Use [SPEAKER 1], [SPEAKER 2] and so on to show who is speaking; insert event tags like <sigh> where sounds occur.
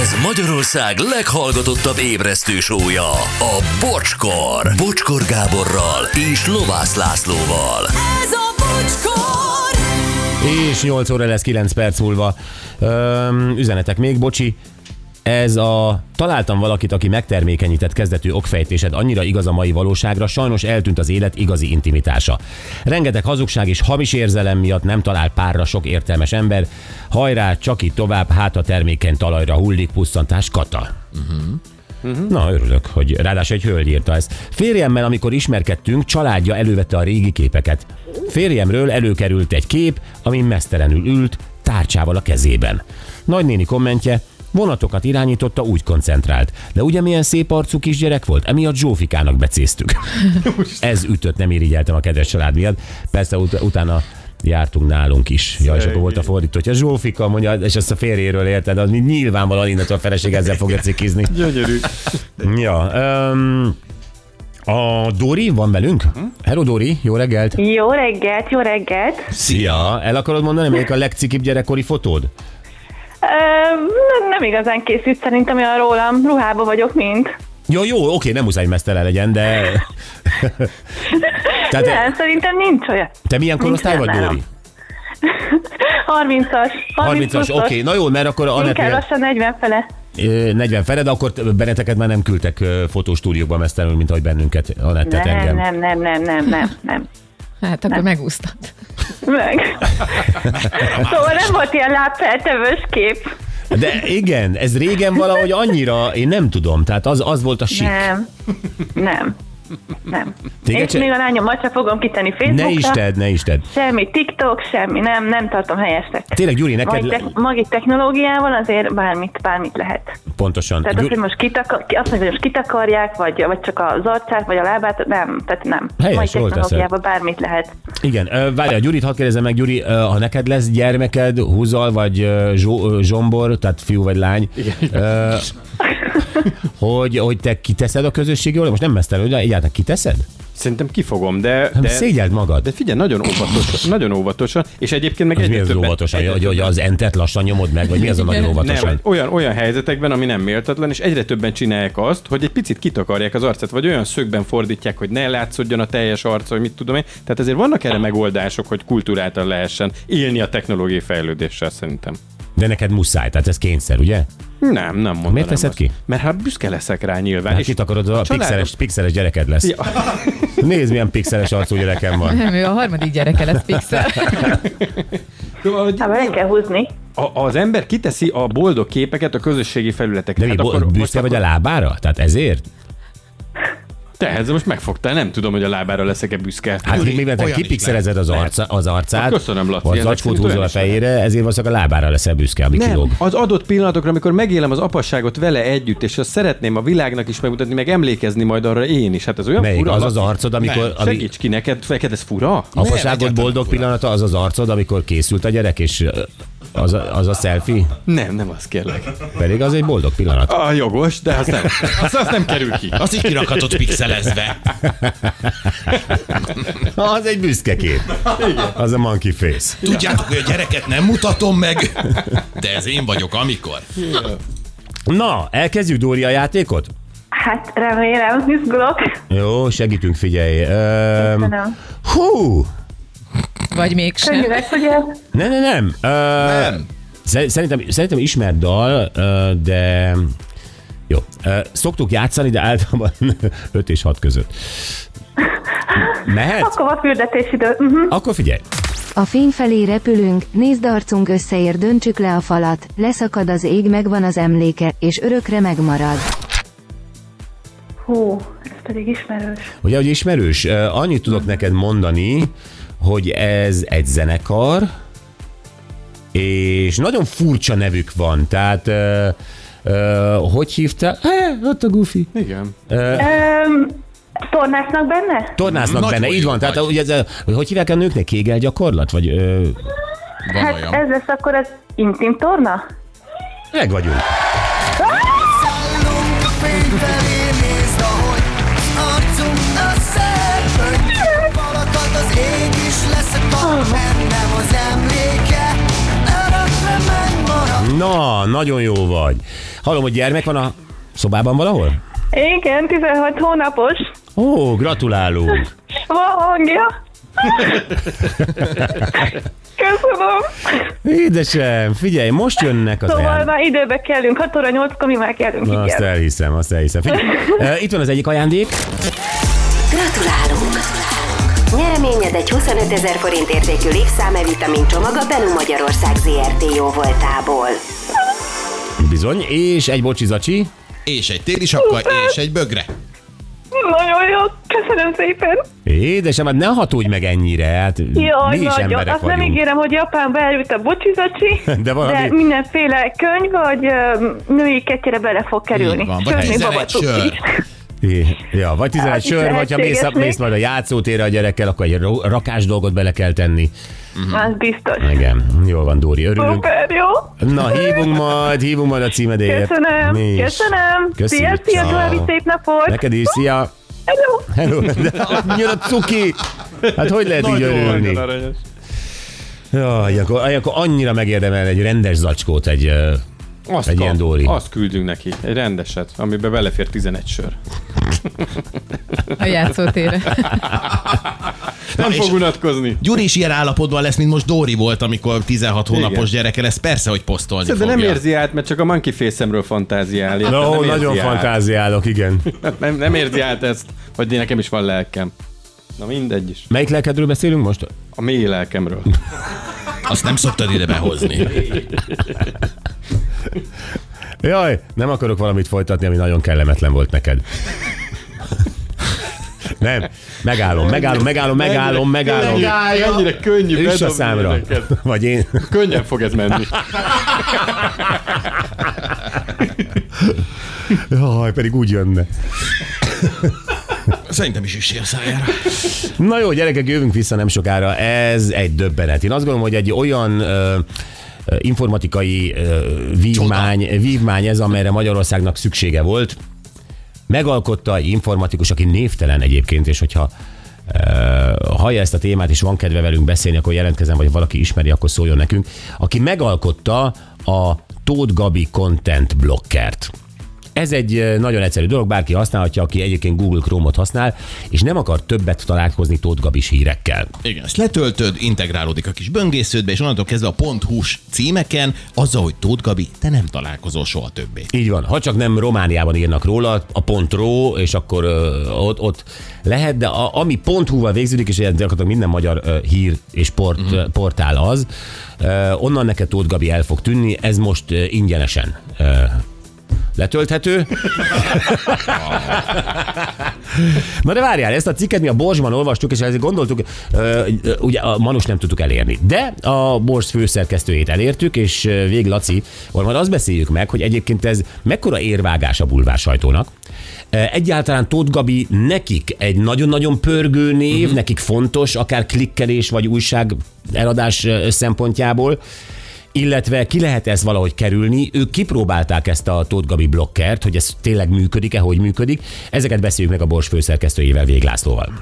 [SPEAKER 1] Ez Magyarország leghallgatottabb ébresztő sója, a Bocskor. Bocskor Gáborral és Lovász Lászlóval.
[SPEAKER 2] Ez a bocskor!
[SPEAKER 3] És 8 óra lesz 9 perc múlva. Öm, üzenetek még, bocsi. Ez a találtam valakit, aki megtermékenyített kezdetű okfejtésed annyira igaz a mai valóságra, sajnos eltűnt az élet igazi intimitása. Rengeteg hazugság és hamis érzelem miatt nem talál párra sok értelmes ember. Hajrá, csak így tovább, hát a termékeny talajra hullik pusztantás kata. Na, örülök, hogy ráadásul egy hölgy írta ezt. Férjemmel, amikor ismerkedtünk, családja elővette a régi képeket. Férjemről előkerült egy kép, amin mesztelenül ült, tárcsával a kezében. Nagynéni kommentje, vonatokat irányította, úgy koncentrált. De ugye milyen szép arcú kisgyerek volt? Emiatt Zsófikának becéztük. Ez ütött, nem irigyeltem a kedves család miatt. Persze ut- utána jártunk nálunk is. Ja, és akkor volt a fordítója. Zsófika mondja, és ezt a férjéről érted, az nyilvánvalóan innentől a feleség ezzel fogja cikizni.
[SPEAKER 4] Gyönyörű.
[SPEAKER 3] Ja, um, a Dori van velünk?
[SPEAKER 5] Hm?
[SPEAKER 3] Hello Dori, jó reggelt!
[SPEAKER 5] Jó reggelt, jó reggelt!
[SPEAKER 3] Szia! El akarod mondani, melyik a legcikibb gyerekkori fotód?
[SPEAKER 5] Ö, nem- nem igazán készült szerintem olyan rólam, ruhába vagyok mint.
[SPEAKER 3] Jó, jó, oké, nem muszáj mesztele legyen, de...
[SPEAKER 5] <laughs>
[SPEAKER 3] Tehát
[SPEAKER 5] Nem,
[SPEAKER 3] te,
[SPEAKER 5] szerintem nincs olyan.
[SPEAKER 3] te milyen korosztály vagy,
[SPEAKER 5] Nincs
[SPEAKER 3] Dori?
[SPEAKER 5] nálam. 30-as, 30
[SPEAKER 3] 30-as, oké, na jó, mert akkor a
[SPEAKER 5] Inkább
[SPEAKER 3] nepél,
[SPEAKER 5] lassan 40 fele.
[SPEAKER 3] ö, 40 fele, de akkor t- benneteket már nem küldtek ö, fotostúdióba mesztelenül, mint ahogy bennünket, Anettet
[SPEAKER 5] Nem,
[SPEAKER 3] engem.
[SPEAKER 5] nem, nem, nem, nem, nem, nem.
[SPEAKER 6] Hát akkor megúsztad.
[SPEAKER 3] <laughs>
[SPEAKER 5] Meg. szóval nem volt ilyen lábfeltevős kép.
[SPEAKER 3] De igen, ez régen valahogy annyira, én nem tudom, tehát az, az volt a sik.
[SPEAKER 5] Nem. Nem. Nem.
[SPEAKER 3] Téged
[SPEAKER 5] és
[SPEAKER 3] se-
[SPEAKER 5] még a lányomat se fogom kitenni Facebookra.
[SPEAKER 3] Ne is tedd, ne is tedd.
[SPEAKER 5] Semmi TikTok, semmi, nem, nem tartom helyesnek.
[SPEAKER 3] Tényleg, Gyuri, neked...
[SPEAKER 5] Magi, te- magi technológiával azért bármit, bármit lehet.
[SPEAKER 3] Pontosan.
[SPEAKER 5] Tehát azt,
[SPEAKER 3] Gyuri-
[SPEAKER 5] hogy most kitakar, ki- azt mondja, hogy most kitakarják, vagy, vagy csak az arcát, vagy a lábát, nem, tehát nem.
[SPEAKER 3] Helyes,
[SPEAKER 5] mai
[SPEAKER 3] jól teszed.
[SPEAKER 5] technológiával bármit lehet.
[SPEAKER 3] Igen, ö, várjál, Gyurit, hadd kérdezem meg, Gyuri, ö, ha neked lesz gyermeked, húzal vagy ö, zsó, ö, zsombor, tehát fiú vagy lány, ö, hogy, hogy te kiteszed a közösségi oldalra? Most nem mesztelő, de egyáltalán kiteszed?
[SPEAKER 4] Szerintem kifogom, de...
[SPEAKER 3] De,
[SPEAKER 4] de...
[SPEAKER 3] szégyeld magad.
[SPEAKER 4] De
[SPEAKER 3] De,
[SPEAKER 4] figyelj, nagyon óvatosan, nagyon óvatosan, és egyébként meg
[SPEAKER 3] az mi
[SPEAKER 4] egyre
[SPEAKER 3] az
[SPEAKER 4] többet-
[SPEAKER 3] óvatosan?
[SPEAKER 4] egyre
[SPEAKER 3] Hogy, hogy az entet lassan nyomod meg, vagy mi az a nagyon
[SPEAKER 4] Nem,
[SPEAKER 3] óvatosan?
[SPEAKER 4] olyan, olyan helyzetekben, ami nem méltatlan, és egyre többen csinálják azt, hogy egy picit kitakarják az arcát, vagy olyan szögben fordítják, hogy ne látszódjon a teljes arca, vagy mit tudom én. Tehát ezért vannak erre megoldások, hogy kultúráltan lehessen élni a technológiai fejlődéssel szerintem.
[SPEAKER 3] De neked muszáj, tehát ez kényszer, ugye?
[SPEAKER 4] Hát Nem, nem mondanám.
[SPEAKER 3] Miért teszed
[SPEAKER 4] azt.
[SPEAKER 3] ki?
[SPEAKER 4] Mert hát büszke leszek rá nyilván.
[SPEAKER 3] Hát kitakarod, a, a
[SPEAKER 4] családom-
[SPEAKER 3] pixeles, pixeles gyereked lesz.
[SPEAKER 4] Ja.
[SPEAKER 3] Nézd, milyen pixeles arcú gyerekem van.
[SPEAKER 6] Nem, ő a harmadik gyereke lesz fixel.
[SPEAKER 5] Hát le kell húzni.
[SPEAKER 4] A, az ember kiteszi a boldog képeket a közösségi Hát felületekre.
[SPEAKER 3] De mi, bo- büszke vagy a lábára? Tehát ezért?
[SPEAKER 4] Te ezzel most megfogtál, nem tudom, hogy a lábára leszek-e büszke.
[SPEAKER 3] Hát
[SPEAKER 7] Gyuri,
[SPEAKER 3] mivel te
[SPEAKER 7] olyan is Hát
[SPEAKER 3] kipixelezed az, arca, az arcát,
[SPEAKER 4] Köszönöm, Laci,
[SPEAKER 3] vagy
[SPEAKER 4] ezek
[SPEAKER 3] zacskót
[SPEAKER 4] szerint
[SPEAKER 3] húzol
[SPEAKER 4] olyan
[SPEAKER 3] a
[SPEAKER 4] is lehet.
[SPEAKER 3] fejére, ezért valószínűleg a lábára leszel büszke, ami kilóg.
[SPEAKER 4] Nem, az adott pillanatokra, amikor megélem az apasságot vele együtt, és azt szeretném a világnak is megmutatni, meg emlékezni majd arra én is. Hát ez olyan
[SPEAKER 3] Melyik?
[SPEAKER 4] fura.
[SPEAKER 3] Az
[SPEAKER 4] Laci.
[SPEAKER 3] az arcod, amikor...
[SPEAKER 7] Nem,
[SPEAKER 3] ami-
[SPEAKER 4] Segíts ki neked, neked ez fura?
[SPEAKER 3] Apaságot
[SPEAKER 7] egyáltalán
[SPEAKER 3] boldog
[SPEAKER 7] fura.
[SPEAKER 3] pillanata az az arcod, amikor készült a gyerek, és ö, az a, az a selfie,
[SPEAKER 4] Nem, nem az kérlek.
[SPEAKER 3] pedig az egy boldog
[SPEAKER 7] <laughs>
[SPEAKER 3] pillanat.
[SPEAKER 4] A jogos, de az
[SPEAKER 3] <laughs>
[SPEAKER 4] nem, az, az nem kerül ki.
[SPEAKER 7] Azt is kirakhatod pixelezve.
[SPEAKER 3] Az egy büszke kép. Az a monkey face.
[SPEAKER 7] Tudjátok, hogy a gyereket nem mutatom meg, de ez én vagyok, amikor.
[SPEAKER 3] Na, elkezdjük Dóri a játékot?
[SPEAKER 5] Hát remélem, <laughs> izgulok.
[SPEAKER 3] Jó, segítünk, figyelj. Öm,
[SPEAKER 5] Nem.
[SPEAKER 3] hú!
[SPEAKER 6] Vagy mégsem.
[SPEAKER 5] Könnyűek, ugye?
[SPEAKER 3] Ne, ne, nem. Ö,
[SPEAKER 7] Nem.
[SPEAKER 3] Szer- Szerintem, szerintem ismert dal, ö, de jó. Ö, Szoktuk játszani, de általában <laughs> 5 és 6 között. Mehet?
[SPEAKER 5] Akkor van fürdetésidő. Uh-huh.
[SPEAKER 3] Akkor figyelj.
[SPEAKER 8] A fény felé repülünk, nézd arcunk összeér, döntsük le a falat, leszakad az ég, megvan az emléke, és örökre megmarad.
[SPEAKER 5] Hú, ez pedig ismerős.
[SPEAKER 3] Ugye, hogy ismerős, ö, annyit tudok neked mondani, hogy ez egy zenekar, és nagyon furcsa nevük van, tehát ö, ö, hogy hívta? Eh, ott a Goofy.
[SPEAKER 4] Igen.
[SPEAKER 5] Um, tornásznak benne?
[SPEAKER 3] Tornásznak
[SPEAKER 7] Nagy
[SPEAKER 3] benne, így
[SPEAKER 7] bolyó
[SPEAKER 3] van. Tehát
[SPEAKER 7] vagy.
[SPEAKER 3] ugye ez a, hogy hívják a nőknek? Kégel gyakorlat? Vagy ö,
[SPEAKER 7] Van
[SPEAKER 5] Hát
[SPEAKER 7] olyan.
[SPEAKER 5] ez lesz akkor az intim torna?
[SPEAKER 3] meg vagyunk. Na, nagyon jó vagy. Hallom, hogy gyermek van a szobában valahol?
[SPEAKER 5] Igen, 16 hónapos.
[SPEAKER 3] Ó, gratulálunk!
[SPEAKER 5] Van
[SPEAKER 3] <laughs>
[SPEAKER 5] hangja. Köszönöm.
[SPEAKER 3] Édesem, figyelj, most jönnek az
[SPEAKER 5] Szóval
[SPEAKER 3] ajándékok.
[SPEAKER 5] már időbe kellünk, 6 óra 8-kor mi már kellünk,
[SPEAKER 3] Na, azt
[SPEAKER 5] igen.
[SPEAKER 3] elhiszem, azt elhiszem. Figyelj, e, itt van az egyik ajándék.
[SPEAKER 9] Gratulálunk! Nyereményed egy 25 ezer forint értékű lépszámevitamin csomag a Benu Magyarország ZRT jó voltából.
[SPEAKER 3] Bizony, és egy bocsizacsi.
[SPEAKER 7] És egy télisapka, és egy bögre.
[SPEAKER 5] Nagyon jó, köszönöm szépen.
[SPEAKER 3] Édesem, hát ne hatódj meg ennyire, hát mi
[SPEAKER 5] Jaj,
[SPEAKER 3] is
[SPEAKER 5] nagyon.
[SPEAKER 3] emberek
[SPEAKER 5] Azt
[SPEAKER 3] vagyunk.
[SPEAKER 5] nem ígérem, hogy Japánba eljut a bocsizacsi,
[SPEAKER 3] <laughs> De valami-
[SPEAKER 5] de mindenféle könyv vagy ö, női ketyere bele fog kerülni.
[SPEAKER 7] Így van, vagy
[SPEAKER 5] Sörni
[SPEAKER 7] 11
[SPEAKER 5] babatuki.
[SPEAKER 7] sör.
[SPEAKER 3] É, Ja, vagy 11
[SPEAKER 5] Hát,
[SPEAKER 3] sör, vagy ha mész,
[SPEAKER 5] lehetséges
[SPEAKER 3] mész
[SPEAKER 5] még.
[SPEAKER 3] majd a játszótérre a gyerekkel, akkor egy ro- rakás dolgot bele kell tenni.
[SPEAKER 5] <laughs> Az biztos.
[SPEAKER 3] Igen, jól van, Dóri, örülünk.
[SPEAKER 5] Szuper, jó.
[SPEAKER 3] Na, hívunk majd, hívunk majd a címedért.
[SPEAKER 5] Köszönöm,
[SPEAKER 3] Mi is.
[SPEAKER 5] köszönöm. Szia, szia, további szép napot.
[SPEAKER 3] Neked is, szia.
[SPEAKER 5] Hello.
[SPEAKER 3] Hello. De annyira cuki. Hát hogy lehet így örülni?
[SPEAKER 4] aranyos.
[SPEAKER 3] Jaj, akkor, akkor annyira megérdemel egy rendes zacskót egy... ö,
[SPEAKER 4] Azt
[SPEAKER 3] Egy ilyen Dóri.
[SPEAKER 4] Azt küldünk neki, egy rendeset, amiben belefér 11 sör.
[SPEAKER 6] a játszótérre.
[SPEAKER 4] Nem
[SPEAKER 7] és-
[SPEAKER 4] fog unatkozni.
[SPEAKER 7] Gyuri is ilyen állapotban lesz, mint most Dóri volt, amikor 16 hónapos gyereke lesz. Persze, hogy posztolni
[SPEAKER 4] De
[SPEAKER 7] fogja.
[SPEAKER 4] nem érzi át, mert csak a monkey fészemről fantáziál. érted?
[SPEAKER 3] Na,
[SPEAKER 4] nem
[SPEAKER 3] ó,
[SPEAKER 4] érzi
[SPEAKER 3] nagyon
[SPEAKER 4] át.
[SPEAKER 3] fantáziálok, igen.
[SPEAKER 4] Nem, nem érzi át ezt, hogy nekem is van lelkem. Na mindegy is.
[SPEAKER 3] Melyik lelkedről beszélünk most?
[SPEAKER 4] A mély lelkemről.
[SPEAKER 7] Azt nem szoktad ide behozni.
[SPEAKER 3] Jaj, nem akarok valamit folytatni, ami nagyon kellemetlen volt neked. Nem, megállom, megállom, megállom, megállom, megállom.
[SPEAKER 4] Ennyire, ennyire könnyű
[SPEAKER 3] Üss a
[SPEAKER 4] bedobni
[SPEAKER 3] számra.
[SPEAKER 4] ezeket.
[SPEAKER 3] Vagy én.
[SPEAKER 4] Könnyen fog ez menni.
[SPEAKER 3] Jaj, pedig úgy jönne.
[SPEAKER 7] Szerintem is üssél a szájára.
[SPEAKER 3] Na jó, gyerekek, jövünk vissza nem sokára. Ez egy döbbenet. Én azt gondolom, hogy egy olyan ö, ö, informatikai ö, vívmány, vívmány ez, amelyre Magyarországnak szüksége volt. Megalkotta egy informatikus, aki névtelen egyébként, és hogyha ö, hallja ezt a témát, és van kedve velünk beszélni, akkor jelentkezem, vagy valaki ismeri, akkor szóljon nekünk. Aki megalkotta a Tóth Gabi Content Blockert. Ez egy ö, nagyon egyszerű dolog, bárki használhatja, aki egyébként Google Chrome-ot használ, és nem akar többet találkozni Tóth Gabis hírekkel.
[SPEAKER 7] Igen, ezt letöltöd, integrálódik a kis böngésződbe, és onnantól kezdve a pont hús címeken, azzal, hogy Tóth Gabi, te nem találkozol soha többé.
[SPEAKER 3] Így van, ha csak nem Romániában írnak róla, a .ro, és akkor ö, ott, ott lehet, de a, ami .hu-val végződik, és ilyen gyakorlatilag minden magyar ö, hír és port, mm. portál az, ö, onnan neked Tóth Gabi el fog tűnni, ez most ö, ingyenesen ö, letölthető. Na de várjál, ezt a cikket mi a Borsban olvastuk, és ezért gondoltuk, ö, ö, ugye a Manus nem tudtuk elérni. De a Bors főszerkesztőjét elértük, és ö, vég Laci, vagy majd azt beszéljük meg, hogy egyébként ez mekkora érvágás a bulvár sajtónak. Ö, Egyáltalán Tóth Gabi nekik egy nagyon-nagyon pörgő név, uh-huh. nekik fontos, akár klikkelés vagy újság eladás ö, szempontjából illetve ki lehet ezt valahogy kerülni. Ők kipróbálták ezt a Tóth Gabi blokkert, hogy ez tényleg működik-e, hogy működik. Ezeket beszéljük meg a Bors főszerkesztőjével, Véglászlóval.